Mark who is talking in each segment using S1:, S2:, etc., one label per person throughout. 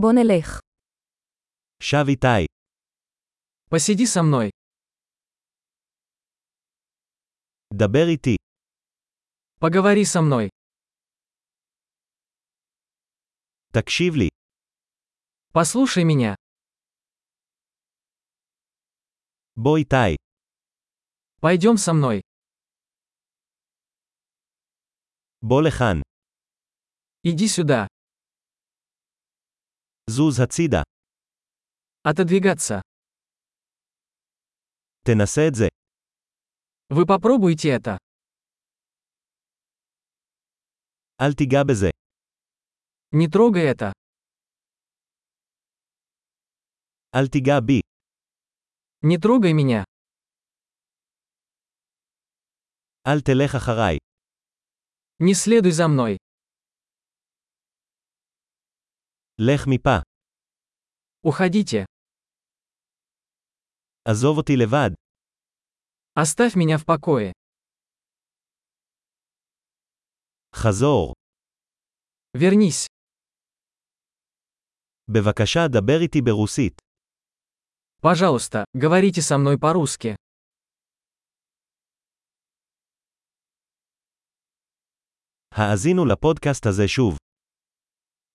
S1: בוא נלך.
S2: שב איתי.
S3: Посиди со мной.
S2: דבר איתי.
S3: Поговори со мной.
S2: תקשיב לי.
S3: Послушай меня.
S2: בוא איתי.
S3: Пойдем со мной.
S2: בוא לכאן.
S3: Иди сюда.
S2: זוז הצידה.
S3: Отодвигаться.
S2: תנסה את זה.
S3: Вы попробуйте это.
S2: אל תיגע בזה.
S3: Не трогай это.
S2: אל תיגע בי.
S3: Не трогай меня.
S2: אל תלך אחריי.
S3: Не следуй за мной.
S2: לך מפה.
S3: Уходите.
S2: עזוב אותי לבד.
S3: Оставь меня в покое.
S2: חזור.
S3: Вернись.
S2: בבקשה דבר איתי ברוסית.
S3: Пожалуйста, говорите со мной по-русски.
S2: האזינו לפודקאסט הזה שוב.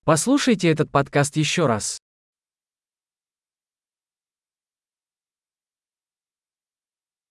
S3: Послушайте этот подкаст еще раз.